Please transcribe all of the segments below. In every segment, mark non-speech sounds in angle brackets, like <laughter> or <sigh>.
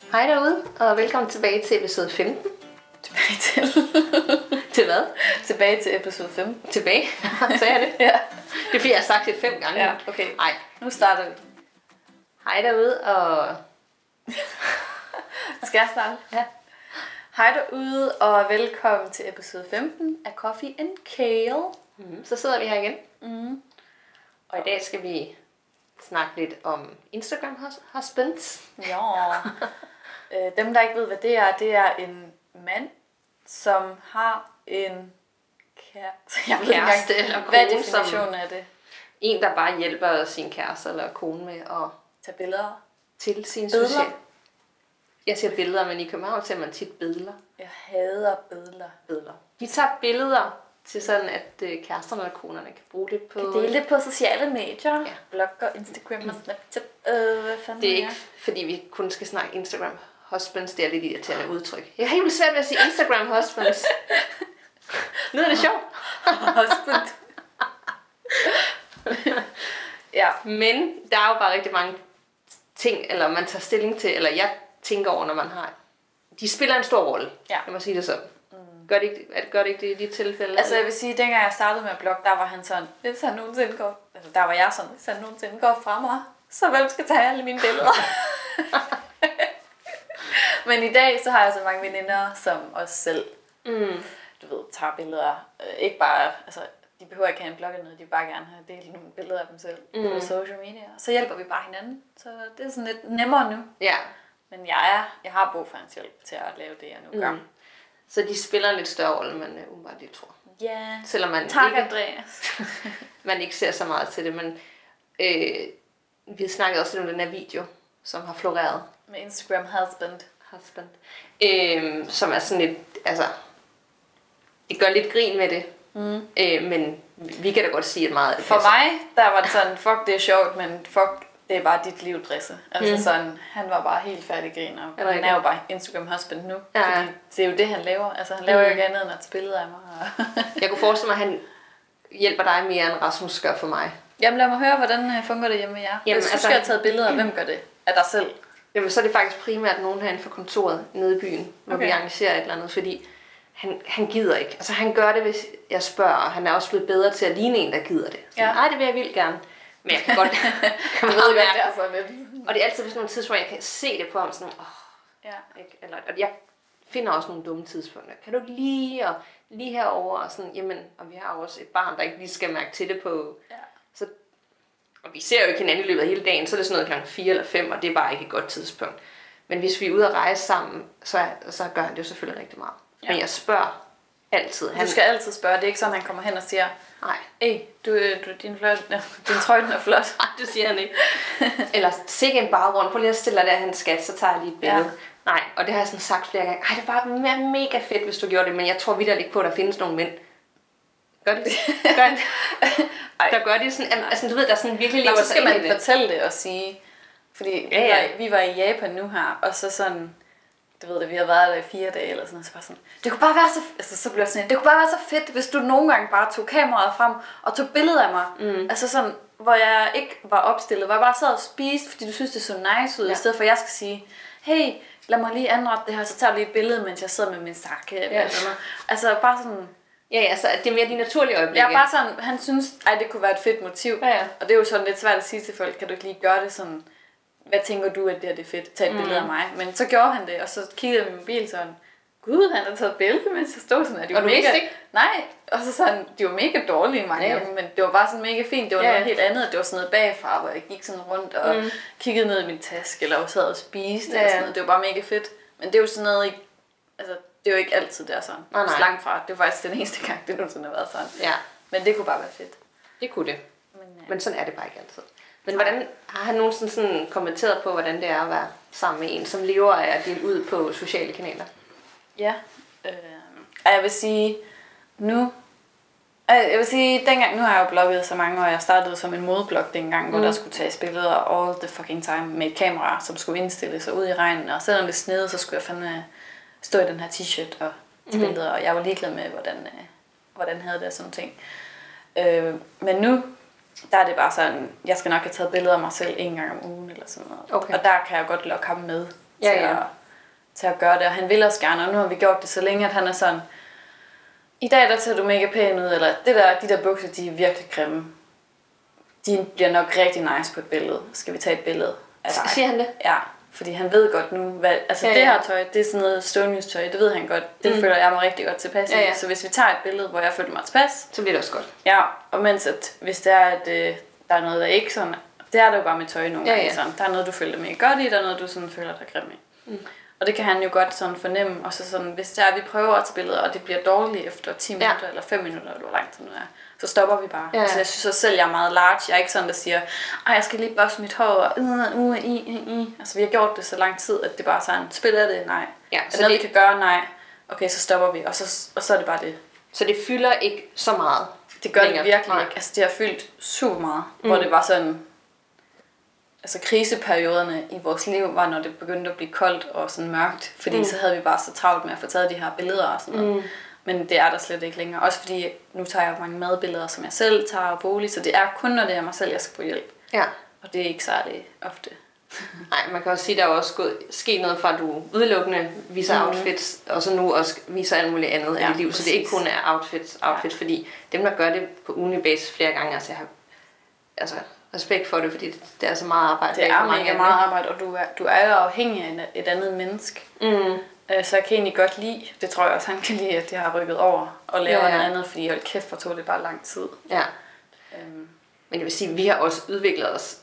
Hej derude, og velkommen tilbage til episode 15. Tilbage til. <laughs> Til hvad? tilbage til episode 5. Tilbage, <laughs> sagde jeg det. <laughs> Ja. Det er fordi, jeg har sagt det fem gange. Ja, okay. Nej. Nu starter vi. Hej derude, og Skal jeg starte? Ja. Hej derude, og velkommen til episode 15 af Coffee and Kale. mm, så sidder vi her igen. Mm. Og i dag skal vi snakke lidt om Instagram hus- husbands. <laughs> Ja. Øh, Dem, der ikke ved, hvad det er, det er en mand, som har en kæreste. <laughs> Jeg ved ikke engang, Kæreste eller hvad er kone, som- definitionen af det? En, der bare hjælper sin kæreste eller kone med at Tag billeder. til sin Bedler. social... Jeg siger billeder, men i København ser man tit bedler. Jeg hader billeder. bedler. De tager billeder til sådan, at øh, kæresterne og konerne kan bruge det på... Dele på sociale medier. Ja. Ja. Blogger, Instagram og Snapchat. Øh, hvad fanden Det er ikke, fordi vi kun skal snakke Instagram husbands. Det er lidt irriterende udtryk. Jeg har helt vildt svært ved at sige Instagram <laughs> husbands. Lyder det sjovt? <laughs> husband. ja, Men der er jo bare rigtig mange ting, eller man tager stilling til, eller jeg tænker over, når man har... De spiller en stor rolle. Ja. Mm. Lad mig sige det sådan. Gør det ikke, er- gør det, ikke det i de tilfælde? altså jeg vil sige, dengang jeg startede med at blogge, der var han sådan, hvis han nogensinde går, altså der var jeg sådan, hvis han nogensinde går fra mig, så hvem skal tage alle mine billeder? <laughs> Men i dag, så har jeg så mange veninder, som os selv, mm. du ved, tager billeder. Øh, ikke bare, altså, de behøver ikke have en blog eller noget, de vil bare gerne have delt nogle billeder af dem selv mm. på social media. Så hjælper vi bare hinanden, så det er sådan lidt nemmere nu. Ja. Men jeg, er, jeg har brug for hans hjælp til at lave det, jeg nu gør. Mm. Så de spiller en lidt større rolle, end man øh, umiddelbart lige tror. Ja. Selvom man Tak, ikke Andreas. <laughs> man ikke ser så meget til det, men øh, vi har snakket også lidt om den her video, som har floreret, <laughs> Med Instagram husband. husband, øh, som er sådan lidt, altså, det gør lidt grin med det, mm. øh, men vi vi kan da godt sige, at meget af det For passer. mig, der var det sådan, fuck, det er sjovt, men fuck, det er bare dit liv, Drisse. Altså mm. sådan, han var bare helt færdig griner. Er der Han ikke er jo bare Instagram husband nu. Ja. Mm. Fordi det er jo det, han laver. Altså, han laver jo ikke andet end at spille af mig. og- <laughs> Jeg kunne forestille mig, at han hjælper dig mere, end Rasmus gør for mig. Jamen, lad mig høre, hvordan øh, fungerer det hjemme med jer? Jamen, Jamen, Hvis du altså- altså... skal have taget billeder, hvem gør det? Af dig selv? Jamen, så er det faktisk primært nogen herinde fra kontoret nede i byen, hvor okay. vi Okay. arrangerer et eller andet, fordi han, han gider ikke. Altså, han gør det, hvis jeg spørger, og han er også blevet bedre til at ligne en, der gider det. Så, Ja. Nej, det vil jeg vildt gerne. Men jeg kan godt, <laughs> kan Jeg man ved godt godt, mærke. det er sådan lidt. Og det er altid på sådan nogle tidspunkter, jeg kan se det på ham sådan, åh, Ja. ikke? Eller, og jeg finder også nogle dumme tidspunkter. Kan du ikke lige, og lige herover og sådan, jamen, og vi har jo også et barn, der ikke lige skal mærke til det på. ja. Så, og vi ser jo ikke hinanden i løbet af hele dagen, så er det sådan noget klokken 4 eller 5, og det er bare ikke et godt tidspunkt. Men hvis vi er ude at rejse sammen, så, så gør han det jo selvfølgelig rigtig meget. Ja. Ja. Men jeg spørger altid. Han, Du skal altid spørge. Det er ikke sådan, han kommer hen og siger, Nej, Ej, du, øh, du, din, flot, <laughs> din trøje den er flot. Nej, det siger han ikke. <laughs> <laughs> Eller sikke en baggrund. Prøv lige at stille dig der, han skat, så tager jeg lige et billede. Ja. Ja. Nej, og det har jeg sådan sagt flere gange. Ej, det var bare mega fedt, hvis du gjorde det, men jeg tror videre ikke på, at der findes nogen mænd. Gør det? Gør det? <laughs> Ej. Der gør det sådan, altså du ved, der er sådan virkelig Nå, lever så skal ind i man fortælle det og sige, fordi ja, Ja, ja. ja. Vi, var, vi var i Japan nu her, og så sådan, du ved det, vi har været der i fire dage eller sådan noget, så bare sådan, det kunne bare være så, altså så blev jeg sådan, det kunne bare være så fedt, hvis du nogle gange bare tog kameraet frem og tog billeder af mig. Mm. Altså sådan, hvor jeg ikke var opstillet, hvor jeg bare sad og spiste, fordi du synes, det så nice ud, Ja. ja. i stedet for at jeg skal sige, hey, lad mig lige anrette det her, så tager du lige et billede, mens jeg sidder med min sakke. Ja. Eller noget. Altså bare sådan, Ja, ja, så det er mere de naturlige øjeblikke. jeg er bare sådan, han synes, at det kunne være et fedt motiv. Ja, ja. Og det er jo sådan lidt svært at sige til folk, kan du ikke lige gøre det sådan, hvad tænker du, at det her det er fedt? Tag et billede Mm. af mig. Men så gjorde han det, og så kiggede jeg i min mobil sådan, gud, han har taget billede, mens jeg stod sådan, at Og de var du vidste mega... ikke? Nej, og så sådan, de var mega dårlige mange Ja, ja. af dem, men det var bare sådan mega fint. Det var Ja, ja. ja. noget helt andet, det var sådan noget bagfra, hvor jeg gik sådan rundt og mm. kiggede ned i min taske, eller sad og spiste, Ja, ja, eller ja. sådan noget. Det var bare mega fedt. Men det er jo sådan noget, ikke- altså, det er jo ikke altid, det er sådan. Nej, nej. Så langt fra. Det var faktisk den eneste gang, det nogensinde har været sådan. Ja, Men det kunne bare være fedt. det kunne det. Men, ja. Men sådan er det bare ikke altid. Men hvordan har han nogensinde sådan kommenteret på, hvordan det er at være sammen med en, som lever af at dele ud på sociale kanaler? ja. Øh, og jeg vil sige, nu... øh, Jeg vil sige, dengang, nu har jeg jo blogget så mange år, jeg startede som en modeblog dengang, hvor der skulle tages billeder all the fucking time med et kamera, som skulle indstilles og ud i regnen, og selvom det snede, så skulle jeg fandme stå i den her t-shirt og tage billeder, og jeg var ligeglad med, hvordan, øh, hvordan havde det og sådan nogle ting. Øh, men nu, der er det bare sådan, jeg skal nok have taget billeder af mig selv en gang om ugen eller sådan noget. Okay. Og der kan jeg godt lokke ham med Ja, til ja. at til at gøre det, og han vil også gerne, og nu har vi gjort det så længe, at han er sådan, i dag der ser du mega pæn ud, eller det der, de der bukser, de er virkelig grimme. De bliver nok rigtig nice på et billede. Skal vi tage et billede af dig? Altså, Siger han det? Ja, fordi han ved godt nu, hvad, altså Ja, ja, ja. det ja. her tøj, det er sådan noget Stone tøj, det ved han godt. Det mm. føler jeg mig rigtig godt tilpas i. Ja, ja. Så hvis vi tager et billede, hvor jeg føler mig tilpas, Så bliver det også godt. ja, og mens at, hvis det er, at øh, der er noget, der ikke sådan, det er det jo bare med tøj nogle Ja, ja, gange, ja. ja. Sådan. der er noget, du føler dig mega godt i, der er noget, du sådan føler dig grim i. Mm. Og det kan han jo godt sådan fornemme, og så sådan, hvis det er, at vi prøver at tage billeder, og det bliver dårligt efter 10 minutter eller 5 minutter, eller hvor langt det nu er, så stopper vi bare. Ja, Ja. ja. Altså, jeg synes også selv, jeg er meget large. Jeg er ikke sådan, der siger, at jeg skal lige børste mit hår, og uh, uh, uh, uh, uh. Altså, vi har gjort det så lang tid, at det bare er sådan, spiller det? Nej. Ja, er så det noget, det- vi kan gøre? Nej. Okay, så stopper vi, og så, og så er det bare det. Så det fylder ikke så meget. Det gør længere. det virkelig Nej. ikke. Altså, det har fyldt super meget. Mm. Hvor det var sådan... Altså, kriseperioderne i vores liv var, når det begyndte at blive koldt og sådan mørkt. Fordi mm. så havde vi bare så travlt med at få taget de her billeder og sådan noget. Mm. Men det er der slet ikke længere. Også fordi nu tager jeg mange madbilleder, som jeg selv tager og bolig. Så det er kun, når det er mig selv, jeg skal få hjælp. Ja. Og det er ikke særlig ofte. Nej, man kan også sige, at der er også gået, sket noget fra, at du udelukkende viser mm. outfits, og så nu også viser alt muligt andet ja, Mhm. Ja, af dit liv. Så det ikke præcis. kun er outfits, outfits ja. fordi dem, der gør det på ugenlig basis flere gange, altså jeg har altså, respekt for det, fordi det, det er så meget arbejde. Det bag for er mange af mega dem, meget arbejde, og du er, du er jo afhængig af en- et andet menneske. Mm. Øh, Så jeg kan egentlig godt lide, det tror jeg også, han kan lide, at det har rykket over og laver Ja, ja, ja. noget andet, fordi hold kæft, hvor tog det bare lang tid. ikke? Ja. Øhm, Men jeg vil sige, at vi har også udviklet os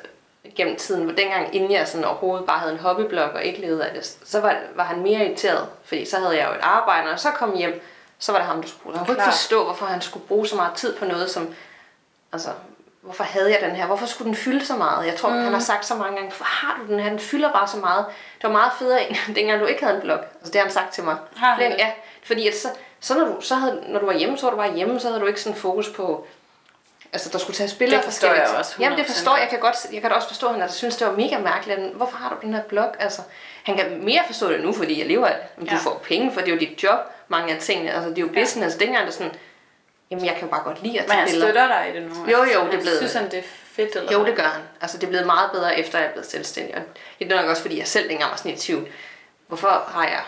øh, gennem tiden, hvor dengang, inden jeg sådan overhovedet bare havde en hobbyblog og ikke levede af det, så var, var han mere irriteret, fordi så havde jeg jo et arbejde, og når jeg så kom hjem, så var det ham, der skulle bruge det. Han kunne ikke Klart. forstå, hvorfor han skulle bruge så meget tid på noget, som, altså, hvorfor havde jeg den her? Hvorfor skulle den fylde så meget? Jeg tror, mm. han har sagt så mange gange, hvorfor har du den her? Den fylder bare så meget. Det var meget federe, end <laughs> dengang du ikke havde en blog. Altså, det har han sagt til mig. Har han Flere- det? Ja, fordi at så, så, når, du, så havde, når du var hjemme, så var du bare hjemme, så havde du ikke sådan fokus på, Altså, der skulle tage spillere Det forstår forskelligt. jeg også 100% Jamen, det forstår jeg. Jeg kan, godt, jeg kan da også forstå, at han altså, synes, det var mega mærkeligt. at, Hvorfor har du den her blog? Altså, han kan mere forstå det nu, fordi jeg lever af det. Men ja. du Ja. får penge, for det er jo dit job, mange af tingene. Altså, det er jo Ja. business. Ja. Dengang er det sådan, jamen, jeg kan jo bare godt lide at Men tage han billeder. støtter dig i det nu? Jo, jo, altså, det han er blevet- Synes han, det er fedt? Eller Jo, hvad? det gør han. Altså, det er blevet meget bedre, efter jeg er blevet selvstændig. Og det er nok også, fordi jeg selv dengang var sådan i tvivl. Hvorfor har jeg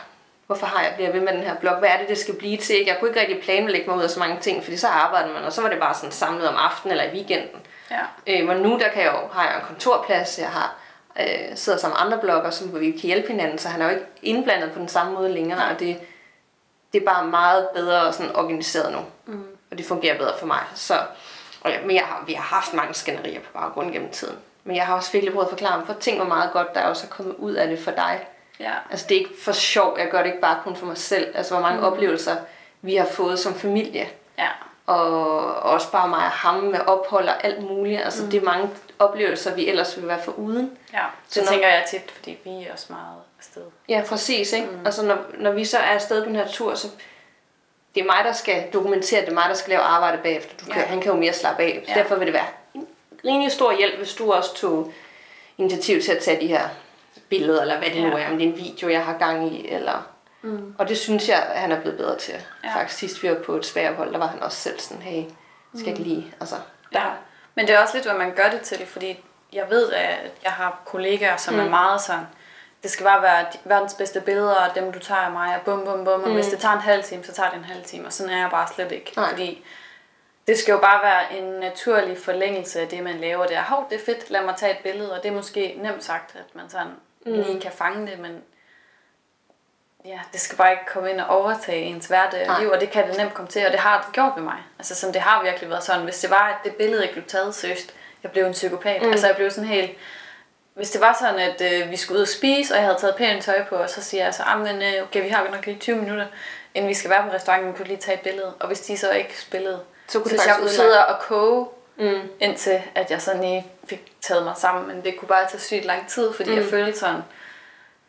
Hvorfor har jeg bliver ved med den her blog? Hvad er det, det skal blive til? ikke? Jeg kunne ikke rigtig planlægge mig ud af så mange ting, fordi så arbejdede man, og så var det bare sådan samlet om aftenen eller i weekenden. Ja. Øh, men nu der kan jeg jo, har jeg en kontorplads, jeg har, øh, sidder sammen med andre blogger, som, hvor vi kan hjælpe hinanden, så han er jo ikke indblandet på den samme måde længere, og det, det er bare meget bedre og sådan organiseret nu. Mm. Og det fungerer bedre for mig. Så, og ja, men jeg har, vi har haft mange skænderier på baggrund gennem tiden. Men jeg har også virkelig prøvet at forklare ham, for tænk hvor meget godt, der også er kommet ud af det for dig. Ja. Altså det er ikke for sjov, jeg gør det ikke bare kun for mig selv. Altså hvor mange mm. oplevelser vi har fået som familie ja. og også bare mig og ham med ophold og alt muligt. Altså, mm. det er mange oplevelser, vi ellers ville være for uden. ja. Så Så når- det tænker jeg tit, fordi vi er også meget afsted. Ja, præcis, ikke? Mm. Altså, når, når vi så er afsted på den her tur, så det er mig, der skal dokumentere, det er mig, der skal lave arbejde bagefter. Du kan, ja. Ja. Han kan jo mere slappe af. Ja. Ja. Derfor vil det være en rimelig stor hjælp, hvis du også tog initiativ til at tage de her billeder, eller hvad det nu Ja. er, om det er en video, jeg har gang i, eller... Mm. Og det synes jeg, han er blevet bedre til. Ja. Ja. Faktisk sidst vi var på et sværehold, der var han også selv sådan, hey, skal jeg ikke lige, altså... Ja. Men det er også lidt, hvad man gør det til, fordi jeg ved, at jeg har kollegaer, som mm. er meget sådan, det skal bare være de- verdens bedste billeder, og dem du tager af mig, og bum bum bum, og mm. hvis det tager en halv time, så tager det en halv time, og sådan er jeg bare slet ikke. Nej. Fordi det skal jo bare være en naturlig forlængelse af det, man laver der. Hov, det er fedt, lad mig tage et billede, og det er måske nemt sagt, at man sådan mm. lige kan fange det, men ja, det skal bare ikke komme ind og overtage ens hverdag Nej. og liv, og det kan det nemt komme til, og det har det gjort med mig. Altså, som det har virkelig været sådan, hvis det var, at det billede ikke blev taget seriøst, jeg blev en psykopat. Mm. Altså, jeg blev sådan helt... Hvis det var sådan, at øh, vi skulle ud og spise, og jeg havde taget pænt tøj på, og så siger jeg så, ah, men øh, okay, vi har godt nok lige 20 minutter, inden vi skal være på restauranten, men kunne du lige tage et billede? Og hvis de så ikke spillede, Så kunne det hvis jeg faktisk kunne ødelægge. sidde og koge, Mm. indtil at jeg sådan lige fik taget mig sammen. Men det kunne bare tage sygt lang tid, fordi mm. jeg følte sådan,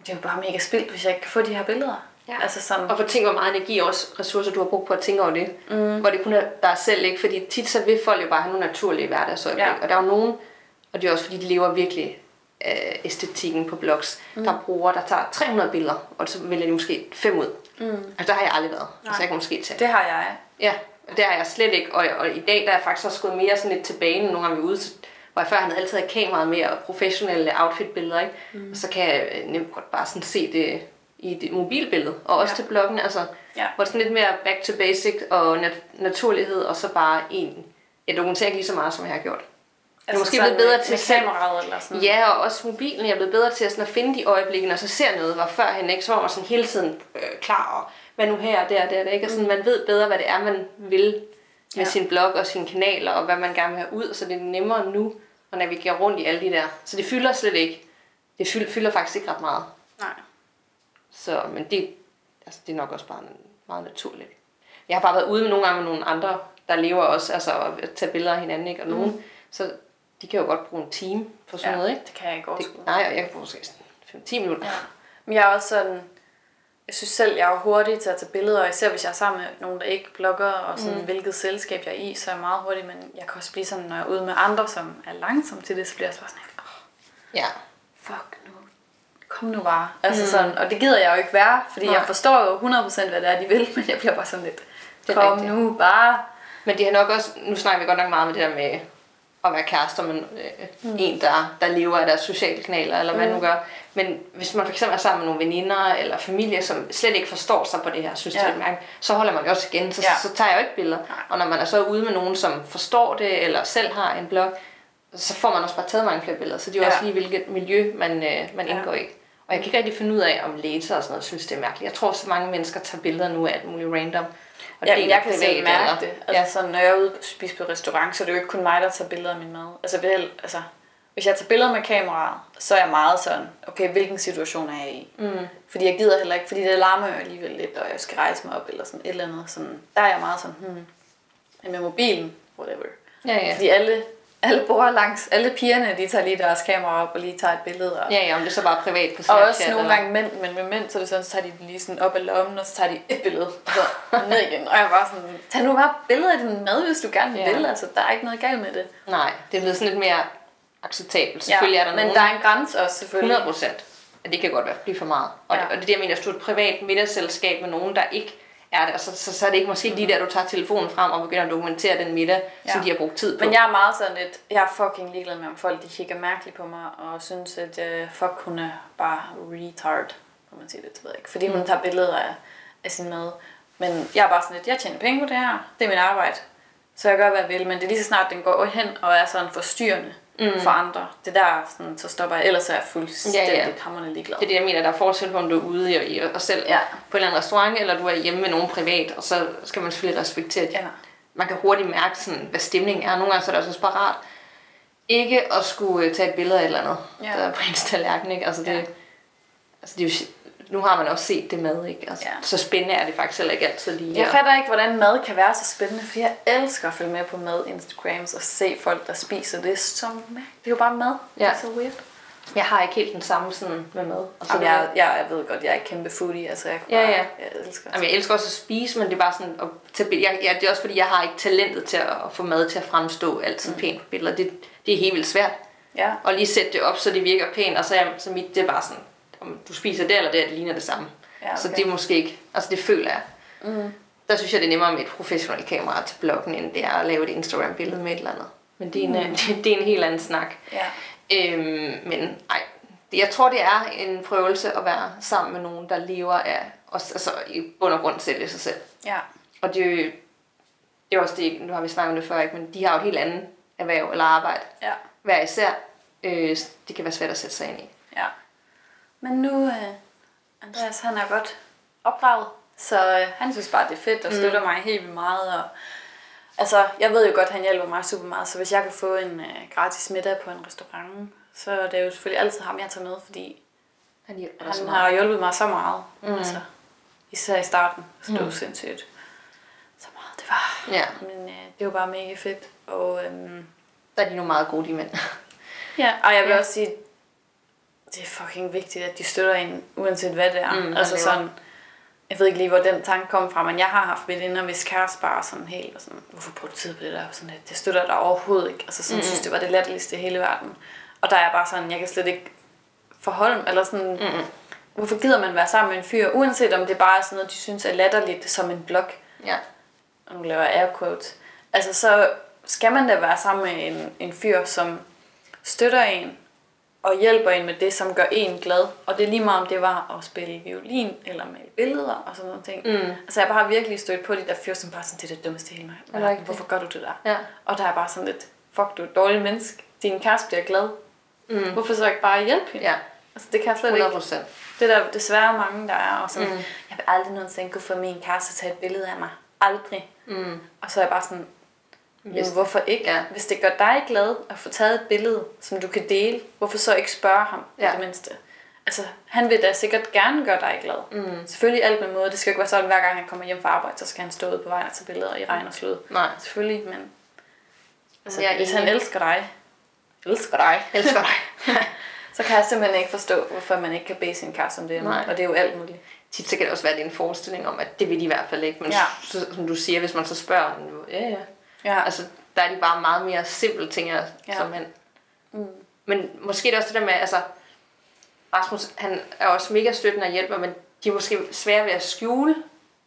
det er jo bare mega spildt, hvis jeg ikke kan få de her billeder. Ja. Altså sådan, Og for tænk, hvor meget energi og også ressourcer, du har brugt på at tænke over det. Mm. Hvor det kun er dig selv, ikke? Fordi tit så vil folk jo bare have nogle naturlige hverdagsøjeblik. Ja. Ja. Og der er jo nogen, og det er også fordi, de lever virkelig øh, æstetikken på blogs, mm. der bruger, der tager 300 billeder, og så vælger de måske fem ud. Mm. Altså, der har jeg aldrig været. Altså, jeg kan måske tage det har jeg. Ja, og det er jeg slet ikke. Og, og i dag der er jeg faktisk også gået mere sådan lidt tilbage, end nogle gange vi er ude, så- hvor jeg før havde altid havde kameraet med og professionelle outfitbilleder, ikke? Mm. Og så kan jeg øh, nemt godt bare sådan se det i det mobilbillede, og også Ja. ja. til bloggen, altså, Ja. hvor det er sådan lidt mere back to basic og nat- naturlighed, og så bare en, jeg dokumenterer ikke lige så meget, som jeg har gjort. er måske Altså sådan blevet bedre med- til med selv- kameraet eller sådan Ja, og også mobilen. Jeg er blevet bedre til at, sådan at finde de øjeblikke, når jeg så ser noget, hvor førhen ikke, så var man sådan hele tiden øh, klar, og hvad nu her, og der, og der, der ikke? Og sådan, man ved bedre, hvad det er, man vil med Ja. Mm. ja. sin blog og sine kanaler, og hvad man gerne vil have ud, så det er nemmere nu at navigere rundt i alle de der. Så det fylder slet ikke. Det fyld, fylder faktisk ikke ret meget. Nej. Så, men det, altså, det er nok også bare meget naturligt. Jeg har bare været ude med nogle gange med nogle andre, der lever også, altså at tage billeder af hinanden, ikke? Og nogen, så de kan jo godt bruge en time på sådan Mm. ja. noget, ikke? det kan jeg ikke overskue. Det, nej, og jeg kan bruge 5-10 minutter. Ja. Men jeg er også sådan, jeg synes selv, jeg er hurtig til at tage billeder, og især hvis jeg er sammen med nogen, der ikke blogger, og sådan, mm. hvilket selskab jeg er i, så er jeg meget hurtig, men jeg kan også blive sådan, når jeg er ude med andre, som er langsomme til det, så bliver jeg også bare sådan, helt, åh, Ja. fuck nu, kom nu bare. Altså mm. sådan, og det gider jeg jo ikke være, fordi Nej. Nej. jeg forstår jo 100% hvad det er, de vil, <laughs> men jeg bliver bare sådan lidt, Det er kom rigtigt. nu bare. Men det har nok også, nu snakker vi godt nok meget om det der med at være kærester med øh, mm. en, der, der lever af deres sociale kanaler, eller hvad mm. nu gør. Men hvis man fx er sammen med nogle veninder eller familie, som slet ikke forstår sig på det her, synes ja. det Ja. er lidt mærkeligt, så holder man jo også igen, så, Ja. ja. så tager jeg jo ikke billeder. Nej. Og når man er så ude med nogen, som forstår det, eller selv har en blog, så får man også bare taget mange flere billeder. Så det er jo Ja. ja. også lige, hvilket miljø man, øh, man Ja. indgår i. Og jeg kan ikke rigtig finde ud af, om læsere og sådan noget synes, det er mærkeligt. Jeg tror, så mange mennesker tager billeder nu af alt muligt random. Og Ja, men deler jeg kan selv privat, mærke eller- det. Altså, ja. sådan, når jeg er ude og spise på restaurant, så er det jo ikke kun mig, der tager billeder af min mad. Altså, vel, altså, hvis jeg tager billeder med kameraet, så er jeg meget sådan, okay, hvilken situation er jeg i? Mm. Fordi jeg gider heller ikke, fordi det larmer jo alligevel lidt, og jeg skal rejse mig op eller sådan et eller andet. Sådan, der er jeg meget sådan, hmm, Men med mobilen, whatever. Ja, ja. Fordi alle, alle bor langs, alle pigerne, de tager lige deres kamera op og lige tager et billede. Og, Ja, ja, om det så bare er privat på og Snapchat. også nogle gange mænd, men med mænd, så er det sådan, så tager de den lige sådan op af lommen, og så tager de <laughs> et billede, og så ned igen. Og jeg var sådan, tag nu bare billeder af din mad, hvis du gerne Ja. vil. Altså, der er ikke noget galt med det. Nej, det er blevet sådan lidt mere acceptabelt. Selvfølgelig er der men nogen, der er en grænse også, selvfølgelig. 100 procent. Det kan godt være, blive for meget. Og, Ja. ja. og det er det, jeg mener, hvis du er et privat middagsselskab med nogen, der ikke er der, så, så, så er det ikke måske lige der, du tager telefonen frem og begynder at dokumentere den middag, ja. Ja. som de har brugt tid på. Men jeg er meget sådan lidt, jeg er fucking ligeglad med, om folk de kigger mærkeligt på mig, og synes, at øh, fuck, hun er bare retard, kan man sige det, det ved jeg ikke. Fordi Mm. hun tager billeder af, af sin mad. Men jeg er bare sådan lidt, jeg tjener penge på det her, det er mit arbejde. Så jeg gør, hvad jeg vil, men det er lige så snart, den går hen og er sådan forstyrrende mm. for andre. Det der, sådan, så stopper jeg, ellers er jeg fuldstændig ja, Ja, ja. ja. hammerende ligeglad. Det er det, jeg mener, der er forskel på, om du er ude i, i og selv Ja. ja. på en eller anden restaurant, eller du er hjemme med nogen privat, og så skal man selvfølgelig respektere det. Ja. Man kan hurtigt mærke, sådan, hvad stemningen er. Nogle gange så er det også bare rart ikke at skulle øh, tage et billede af et eller andet, Ja. ja. der er på ens tallerken. Ikke? Altså, det, Ja. ja. altså, det er jo, si- nu har man også set det med, ikke? Altså, Ja. ja. så spændende er det faktisk heller ikke altid lige. Jeg og- fatter ikke, hvordan mad kan være så spændende, fordi jeg elsker at følge med på mad Instagrams og se folk, der spiser. Det er så mærkeligt. Det er jo bare mad. Ja. Det er så weird. jeg har ikke helt den samme sådan, med mad. Altså, Og Jamen, jeg, jeg, jeg ved godt, jeg er ikke kæmpe foodie, altså jeg, kunne Ja, bare, ja. jeg elsker Jamen, jeg elsker også at spise, men det er bare sådan at tage billeder. Jeg, jeg, det er også fordi, jeg har ikke talentet til at, at få mad til at fremstå altid mm. pænt på billeder. Det, det er helt vildt svært. Ja, Og lige sætte det op, så det virker pænt, og så, er- så mit, det er bare sådan, om du spiser det eller det, det ligner det samme. Ja, okay. Så det er måske ikke, altså det føler jeg. Mm. Der synes jeg, det er nemmere med et professionelt kamera til bloggen, end det er at lave et Instagram-billede med et eller andet. Men det er en, mm. <laughs> det, det er en helt anden snak. ja. Øhm, men nej, jeg tror, det er en prøvelse at være sammen med nogen, der lever af, os, altså i bund og grund sælge sig selv. ja. Og det, er jo- det er også det, nu har vi snakket om det før, ikke? men de har jo et helt andet erhverv eller arbejde ja. hver især. Øh, det kan være svært at sætte sig ind i. ja. Men nu, øh, Andreas han er godt opdraget, så øh, han synes bare, det er fedt og støtter mm. mig helt vildt meget. Og, altså, jeg ved jo godt, han hjælper mig super meget, så hvis jeg kan få en øh, gratis middag på en restaurant, så er det jo selvfølgelig altid ham, jeg tager med, fordi Han hjælper dig så han meget. har hjulpet mig så meget. Mm. Altså, især i starten, så det Mm. var sindssygt. Så meget det var. Ja, Men øh, det var bare mega fedt. Og øhm, der er de nogle meget gode, de mænd. <laughs> ja. og jeg vil ja. også sige, det er fucking vigtigt, at de støtter en, uanset hvad det er. Mm, Mm, altså man lever. sådan, jeg ved ikke lige, hvor den tanke kom fra, men jeg har haft veninder, hvis kæreste bare er sådan helt, og sådan, hvorfor bruger du tid på det der? Og Sådan, lidt, det støtter dig overhovedet ikke. Altså sådan, mm. synes, det var det latterligste i hele verden. Og der er jeg bare sådan, jeg kan slet ikke forholde mig, eller sådan, mm. hvorfor gider man være sammen med en fyr, uanset om det bare er sådan noget, de synes er latterligt, som en blok. ja. og nu laver jeg air quotes, altså så skal man da være sammen med en, en fyr, som støtter en, og hjælper en med det, som gør en glad. Og det er lige meget, om det var at spille violin, eller male billeder og sådan nogle ting. Mm. Altså jeg har bare virkelig stødt på de der fyr, som bare sådan, det er det dummeste i hele Er mig. det rigtigt? Hvorfor gør du det der? Ja. Og der er bare sådan lidt, fuck du er et dårligt menneske. Din kæreste bliver glad. Mm. Hvorfor så ikke bare hjælpe hende? Ja, Altså det kan jeg slet 100 ikke. procent. Det er der desværre mange, der er. Og sådan, mm. jeg vil aldrig nogensinde kunne få min kæreste at tage et billede af mig. Aldrig. Mm. Og så er jeg bare sådan, Hvis- Jamen, hvorfor ikke? ja. Ja. Hvis det gør dig glad at få taget et billede, som du kan dele, hvorfor så ikke spørge ham ja. Ja. i det mindste? Altså, han vil da sikkert gerne gøre dig glad. Mm. Selvfølgelig alt med måde. Det skal jo ikke være sådan, hver gang han kommer hjem fra arbejde, så skal han stå ude på vejen og tage billeder i regn og slud. Nej. Selvfølgelig, men altså, Jeg er hvis enig. han elsker dig, elsker dig, Elsker dig. <laughs> så kan jeg simpelthen ikke forstå, hvorfor man ikke kan bede sin kæreste om det. Nej. Og det er jo alt muligt. Tit så kan det også være, at det er en forestilling om, at det vil de i hvert fald ikke. Men Ja. ja. så, som du siger, hvis man så spørger, "Nå, ja ja. Ja, altså, Altså, der er de bare meget mere simple ting, Ja. ja. som han... Mm. Men måske er det også det der med, altså... Rasmus, han er også mega støttende og hjælper, men de er måske svære ved at skjule,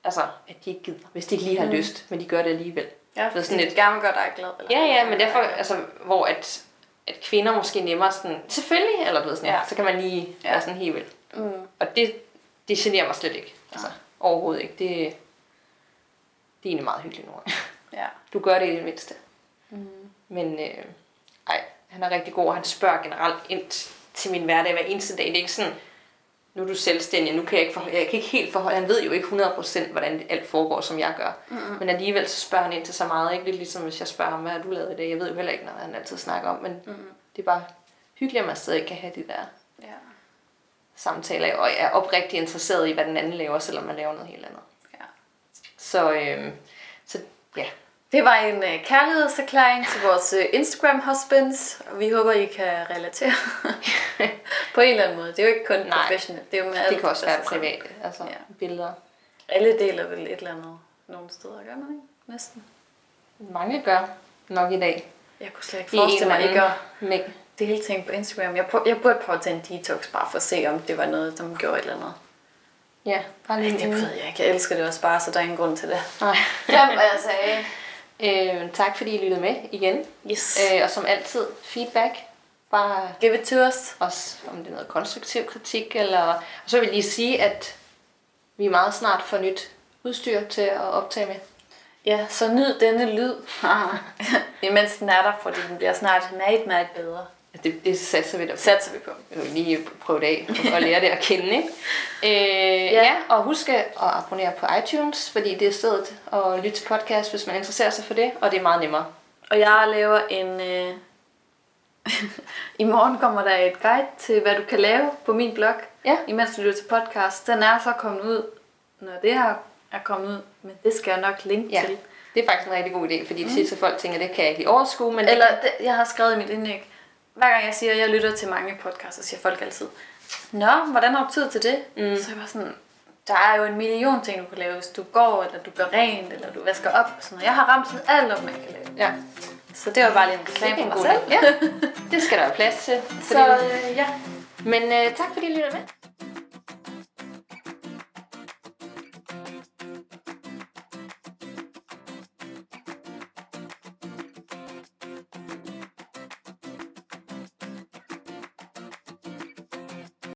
altså, at de ikke gider, hvis de ikke lige har mm. lyst, men de gør det alligevel. ja det er sådan sådan lidt et- gerne vil gøre dig glad. Eller? Ja, ja, men derfor, altså, hvor at, at kvinder måske nemmere sådan, selvfølgelig, eller du ved sådan, Ja. ja. så kan man lige Ja. ja. være sådan helt vildt. Mm. Og det, det generer mig slet ikke. Altså, overhovedet ikke. Det, det er egentlig meget hyggeligt <laughs> nu. Ja. Du gør det i det mindste. Mm. Men øh, ej, han er rigtig god, og han spørger generelt ind til min hverdag hver eneste dag. Det er ikke sådan, nu er du selvstændig, nu kan jeg ikke, forholde, jeg kan ikke helt forholde, han ved jo ikke 100% hvordan alt foregår, som jeg gør. Mm-hmm. Men alligevel så spørger han ind til så meget, ikke? Lidt ligesom hvis jeg spørger ham, hvad har du lavet i dag? Jeg ved jo heller ikke, noget, hvad han altid snakker om, men mm-hmm. det er bare hyggeligt, at man stadig kan have de der Ja. samtaler, og er oprigtig interesseret i, hvad den anden laver, selvom man laver noget helt andet. ja. Så, øh, så ja, Det var en øh, kærlighedserklæring til vores øh, Instagram-husbands, og vi håber, I kan <laughs> relatere på en eller anden måde. Det er jo ikke kun Nej. professionelt, det er jo med det kan også være altså, sådan, privat, altså Ja. billeder. Alle deler vel et eller andet nogle steder, gør man ikke? Næsten. Mange gør nok i dag. Jeg kunne slet I ikke en forestille mig eller ikke at anden mængde. dele ting på Instagram. Jeg, prøv, jeg burde prøve at tage en detox bare for at se, om det var noget, som gjorde et eller andet. Ja, bare Ej, lige det en uge. prøvede jeg ikke. Jeg elsker det også bare, så der er ingen grund til det. Nej. Glem, hvad altså. jeg sagde. <laughs> Øh, tak fordi I lyttede med igen. Yes. Øh, og som altid, feedback. Bare Give it to us. også om det er noget konstruktiv kritik. Eller... Og så vil jeg lige sige, at vi meget snart får nyt udstyr til at optage med. Ja, så nyd denne lyd, Ah. <laughs> imens den er der, fordi den bliver snart meget, meget bedre. Det, det satser vi da på. Satser vi på. Jeg vil Øh, lige prøve det af og lære det at kende. Ikke? Øh, <laughs> ja. ja, og husk at abonnere på iTunes, fordi det er stedet at lytte til podcast, hvis man interesserer sig for det, og det er meget nemmere. Og jeg laver en... Øh... <laughs> I morgen kommer der et guide til, hvad du kan lave på min blog, Ja. imens du lytter til podcast. Den er så kommet ud, når det her er kommet ud, men det skal jeg nok linke Ja, til. det er faktisk en rigtig god idé, fordi mm. tit så folk tænker, det kan jeg ikke lige overskue, men Eller... Eller det, jeg har skrevet i mit indlæg, hver gang jeg siger, at jeg lytter til mange podcasts, så siger folk altid, Nå, hvordan har du tid til det? Mm. Så er jeg bare sådan, der er jo en million ting, du kan lave, hvis du går, eller du gør rent, eller du vasker op. og Sådan noget. Jeg har ramt sådan alt op, man kan lave. ja, Så det var bare lige en det er reklame for en <laughs> god mig selv. idé. Ja, det skal der være plads til. Så Fordi... øh, ja. Men øh, tak fordi I lyttede med.